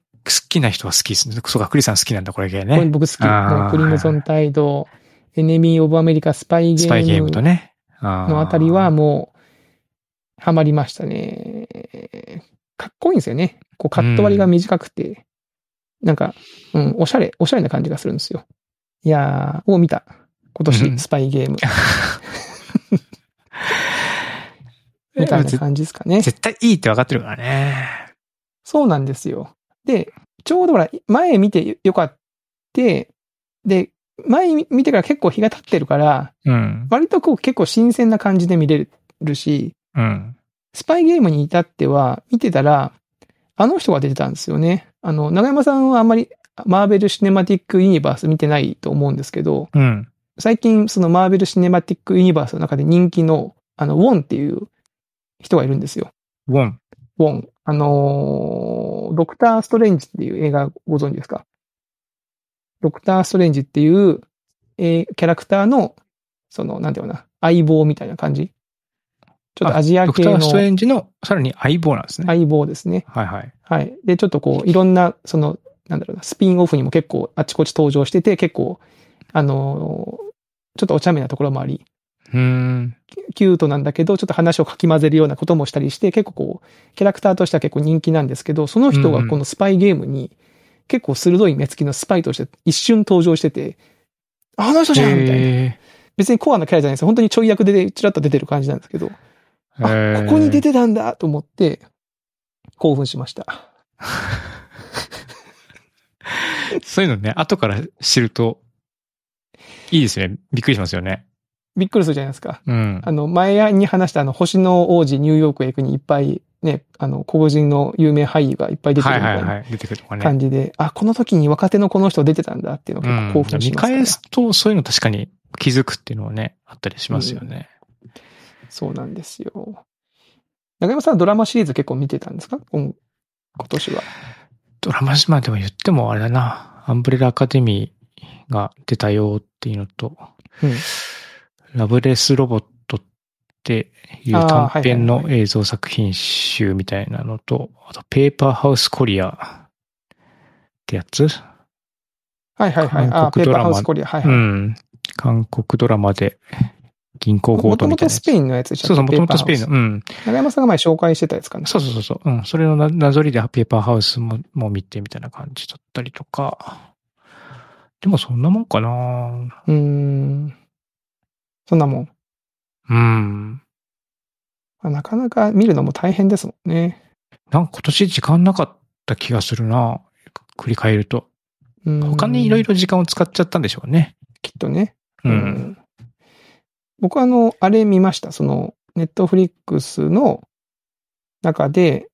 A: きな人は好きですね。そうか、クリさん好きなんだ、これ系
B: これ
A: ね。
B: 僕好き。
A: あー
B: クリムゾン・タイド、エネミー・オブ・アメリカ、スパイ・ゲ
A: スパイゲームと
B: ーム
A: ね。
B: の
A: の
B: あたりは、もう、ハマりましたね。かっこいいんですよね。こう、カット割りが短くて、なんか、うん、おしゃれ、おしゃれな感じがするんですよ。いやー、を見た。今
A: うん
B: 年、スパイ ゲーム。みたいな感じですかね。
A: 絶対いいって分かってるからね。
B: そうなんですよ。で、ちょうどほら、前見てよかって、で、前見てから結構日が経ってるから、
A: うん。
B: 割とこう結構新鮮な感じで見れるし、
A: うん。
B: スパイゲームに至っては、見てたら、あの人が出てたんですよね。あの、長山さんはあんまり、マーベル・シネマティック・ユニバース見てないと思うんですけど、
A: うん。
B: 最近そのマーベル・シネマティック・ユニバースの中で人気の、あの、ウォンっていう人がいるんですよ。
A: ウォン。
B: ウォン。あのードクター・ストレンジっていう映画ご存知ですかドクター・ストレンジっていう、えーキャラクターの、その、なんていうのかな、相棒みたいな感じ。ちょっとアジア
A: ドク
B: 系
A: ター・ストレ
B: の
A: ンジのさらに相棒なんですね。
B: 相棒ですね。
A: はいはい。
B: はい。で、ちょっとこう、いろんな、その、なんだろうな、スピンオフにも結構あちこち登場してて、結構、あのーちょっとお茶目なところもあり、
A: うーん。
B: キュートなんだけど、ちょっと話をかき混ぜるようなこともしたりして、結構こう、キャラクターとしては結構人気なんですけど、その人がこのスパイゲームに、結構鋭い目つきのスパイとして一瞬登場してて、ああの人じゃんみたいな。
A: へ
B: 別にコアなキャラじゃないですよ。本当にちょい役でちらっと出てる感じなんですけど、
A: ーへ
B: あ、
A: ー
B: ここに出てたんだと思って、興奮しました。
A: そういうのね、後から知ると、いいですね。びっくりしますよね。
B: びっくりするじゃないですか。
A: うん
B: あ。の、前に話したあの、星の王子ニューヨークへ行くにいっぱいね、あの、黒人の有名俳優がいっぱい出てく
A: は
B: る
A: い
B: みたい
A: は
B: ない
A: はい。出てくるとかね。
B: 感じで、あ、この時に若手のこの人出てたんだっていうの
A: う
B: が結構興
A: ん
B: 奮し
A: 見
B: ますから、
A: 返すと、そういうの確かに気づくっていうのはね、あったりしますよね。
B: そうなんですよ。中山さんはドラマシリーズ結構見てたんですか今今年は。
A: ドラマ島でも言ってもあれだな。アンブレラアカデミーが出たよっていうのと、
B: うん
A: ラブレスロボットっていう短編の映像作品集みたいなのと、あとペーパーハウスコリアってやつ、
B: はいはいはい。あ、
A: 韓
B: ペ
A: 国
B: ー
A: ド
B: パー
A: ラマ
B: ハウスコリア。はいは
A: う
B: い。
A: ん。韓国ドラマで銀行強
B: も
A: 盗
B: と
A: み
B: も
A: たいな
B: と
A: や
B: ス
A: つ。
B: ペインのやつでした
A: そうそう、もともとスペインの。
B: の。
A: うん。
B: 中山さんが前紹介してたやつかな。
A: そうそうそうそう。うん。それのななぞりでペーパーハウスもも見てみたいな感じだったりとか。でもそんなもんかな
B: うーん。そんなもん。
A: うん。
B: あなかなか見るのも大変ですもんね。
A: なんか今年時間なかった気がするな繰り返ると。
B: うん
A: 他にいろい。ろ時間を使っちゃったんでしょうね。
B: きっとね。
A: う。
B: うんん僕はあの、あれ見ました。その、ネットフリックスの中で、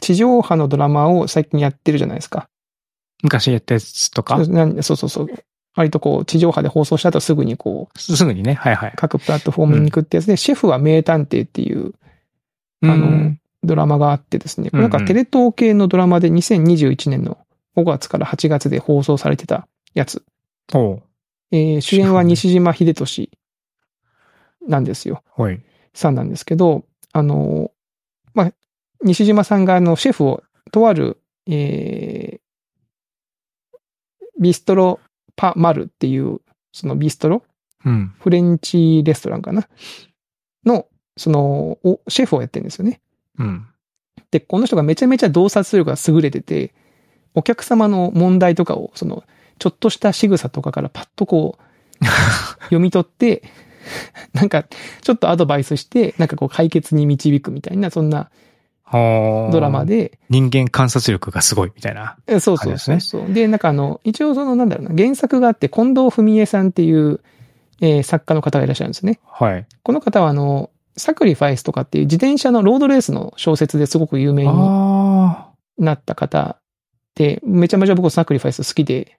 B: 地上波のドラマを最近やってるじゃないですか。
A: 昔やったやつとか
B: そう、なんそうそうそう。割とこう、地上波で放送した後すぐにこう、
A: すすぐにね。はいはい。
B: 各プラットフォームに行くってやつで、シェフは名探偵っていう
A: あ
B: のドラマがあってですね、これ
A: う
B: なん
A: ん
B: か
A: うん
B: テレ東系のドラマで2021年の5月から8月で放送されてたやつ。
A: おう
B: えー主演は西島秀俊なんですよ。
A: はい。
B: さんなんですけど、あの、まあ、西島さんがあの、シェフを、とある、えービストロパマルっていう、そのビストロ
A: うん。
B: フレンチレストランかなの、その、おシェフをやってるんですよね。
A: うん。
B: で、この人がめちゃめちゃ洞察力が優れてて、お客様の問題とかを、その、ちょっとした仕草とかからパッとこ う、読み取って、なんか、ちょっとアドバイスして、なんかこう解決に導くみたいな、そんなド
A: ド
B: ラマ。で、
A: 人間観察力がすごいみたいな。
B: えそう
A: あ
B: そ
A: れ
B: う
A: です
B: そ
A: ね
B: うそう。でなんかあの、一応その、なんだろうな、原作があって、近藤文江さんっていう、えー作家の方がいらっしゃるんですね。
A: はい。
B: この方はあの、サクリファイスとかっていう自転車のロードレースの小説ですごく有名に
A: あ
B: なった方で、めちゃめちゃ僕サクリファイス好きで、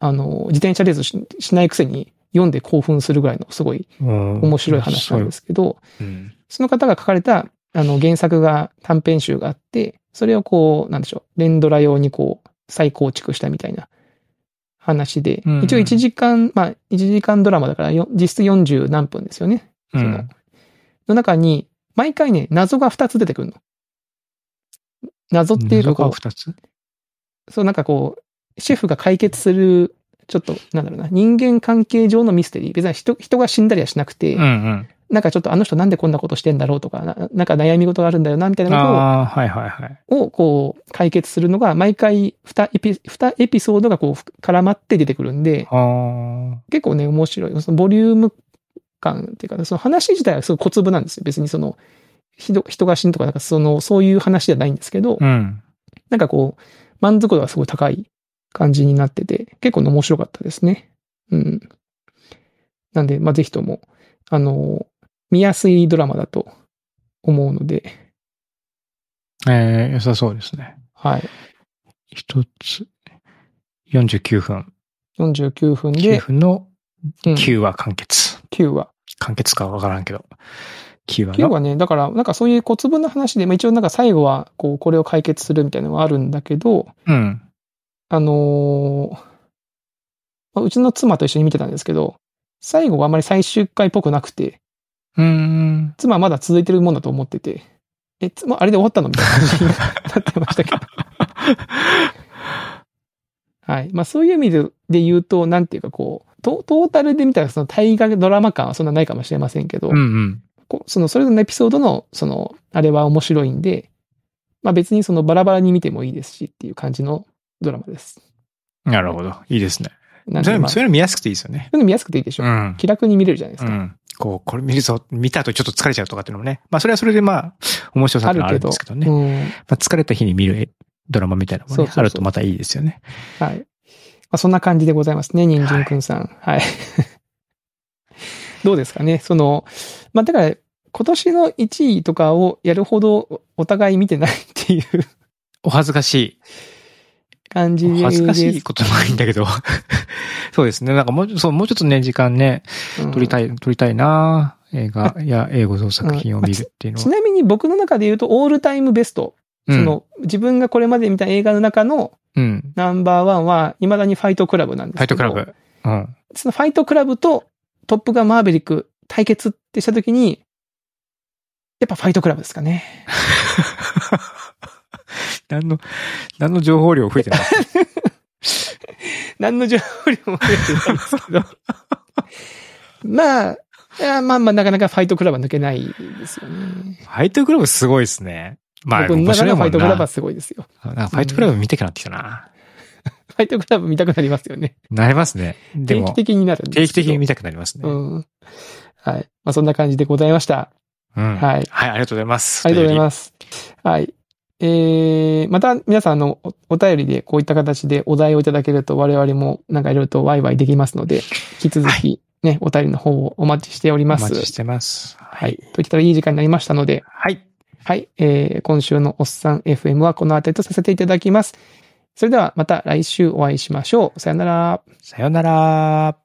B: あの、自転車レースししないくせに読んで興奮するぐらいのすごい面
A: 面。
B: 白い話なんですすけど、
A: うん。
B: その方が書かれた、あの、原作が短編集があって、それをこう、なんでしょう、連ドラ用にこう、再構築したみたいな話で、
A: うんうん
B: 一応1時間、まあ、1時間ドラマだから、よ実質40何分ですよね。
A: う
B: その、
A: ん
B: の中に、毎回ね、謎が2つ出てくるの。謎っていう
A: 謎
B: かこ
A: が
B: う、
A: 二つ
B: そうなんかこう、シェフが解決する、ちょっと、なんだろうな、人間関係上のミステリー。別に人人が死んだりはしなくて、
A: うんうん。
B: なんかちょっとあの人なんでこんなことしてんだろうとか、ななんか悩み事があるんだよな、みたいなこ
A: ああ、はいはいはい。
B: とををこう解決するのが、毎回2エピ二エピソードがこうふ絡まって出てくるんで、
A: あ
B: 結構ね、面白い。そのボリューム感っていうか、その話自体はすごい小粒なんですよ。別にその、人人が死ぬとか、なんかその、そういう話じゃないんですけど
A: あ。、うん。
B: なんかこう、満足度がすごい高い感じになってて、結構ね面白かったですね。うん。なんで、まあ、ぜひとも、あの、見やすいドラマだと思うので、
A: えー、良さそうですね。
B: はい。
A: 一つ、49分。
B: 49分
A: 9
B: で、
A: 分の
B: うん
A: 9話完結。
B: 9話。
A: 完結かわからんけど。9話
B: 9
A: が。
B: 話ね、だから、なんかそういう小粒の話で、まあ、一応なんか最後は、こう、これを解決するみたいなのはあるんだけど、
A: うん。
B: あのーまあうちの妻と一緒に見てたんですけど、最後はあまり最終回っぽくなくて、
A: うーん。
B: 妻はまだ続いてるもんだと思ってて、え、つもうあれで終わったのみたいな感じにな ってましたけど。はい。まあそういう意味でで言うと、なんていうかこう、トトータルで見たらその大河ドラマ感はそんなないかもしれませんけど、
A: うんうん。
B: こうそのそれぞれのエピソードの、その、あれは面白いんで、まあ別にそのバラバラに見てもいいですしっていう感じのドラマです。
A: なるほど。いいですね。
B: なん
A: そ
B: で、
A: れ
B: まあ、
A: そう
B: そうい
A: いうの見やすくていいですよね。
B: うの見やすくていいでしょ。
A: うん。
B: 気楽に見れるじゃないです
A: う
B: か。
A: ん。こう、これ見るぞ、見た後ちょっと疲れちゃうとかっていうのもね。まあ、それはそれでまあ、面白さっ
B: あ
A: ていうの
B: る
A: はあ
B: け
A: るん
B: ど。
A: ですけどね。ま
B: う
A: あ、
B: ん
A: 疲れた日に見るドラマみたいなのもね、
B: そうそうそ
A: あ
B: う
A: るとまたいいですよね。
B: はい。まあ、そんな感じでございますね、人参くんさん。はい。 どうですかね、その、まあ、だから、今年の1位とかをやるほどお互い見てないっていう
A: お恥ずかし
B: 感じ
A: い。
B: です。
A: お恥ずかしいこともないんだけど。 そうですね。なんかもう、そう、もうちょっとね、時間ね、
B: うん
A: 撮りたい、撮りたいな映画や英語像作品を見るっていうの
B: ち
A: は。
B: なみに僕の中で言うと、オールタイムベスト。
A: う
B: そ
A: ん。
B: の、自分がこれまで見た映画の中の
A: うん。
B: ナンバーワンは、未だにファイトクラブなんです
A: ファイ
B: け
A: ト
B: ど。
A: クラブ。うん。
B: そのファイトクラブとトップガンマーベリック対決ってしたときに、やっぱファイトクラブですかね。
A: 何の、何の 情報量増えてない。
B: 何の情報量も増えてないんですけど。 まあ、いやまあまあ、なかなかファイトクラブは抜けないですよね。
A: ファイトクラブすごいですね。まあ、
B: 僕の
A: 面
B: 中
A: 白い
B: のフ
A: も
B: ァ
A: ん
B: イトクラブは
A: な。
B: すごいですよ。
A: なんかファイトクラブ見てくなってきたな。
B: ファイトクラブ見たくなりますよね。
A: なりますね。で
B: 定
A: も
B: 期、的になるんで
A: 定
B: す
A: 期
B: けど
A: 的に見たくなりますね。
B: うん。はい。まあ、そんな感じでございました。
A: うん
B: はい。
A: はい、ありがとうございます。
B: ありがとうござい
A: す。
B: ます。はい。えー、また皆さんあのおお便りでこういった形でお題をいただけると我々もなんかいろいろとワイワイできますので、引き続きね、お便りの方をお待ちしており
A: お
B: ます。
A: 待ちしてます。は
B: はい
A: い。。
B: といったらいい時間になりましたので、
A: はい。
B: はい。えー、今週のおっさん FM はこの辺りとさせていただきます。それではまた来週お会いしましょう。さよなら。
A: さよなら。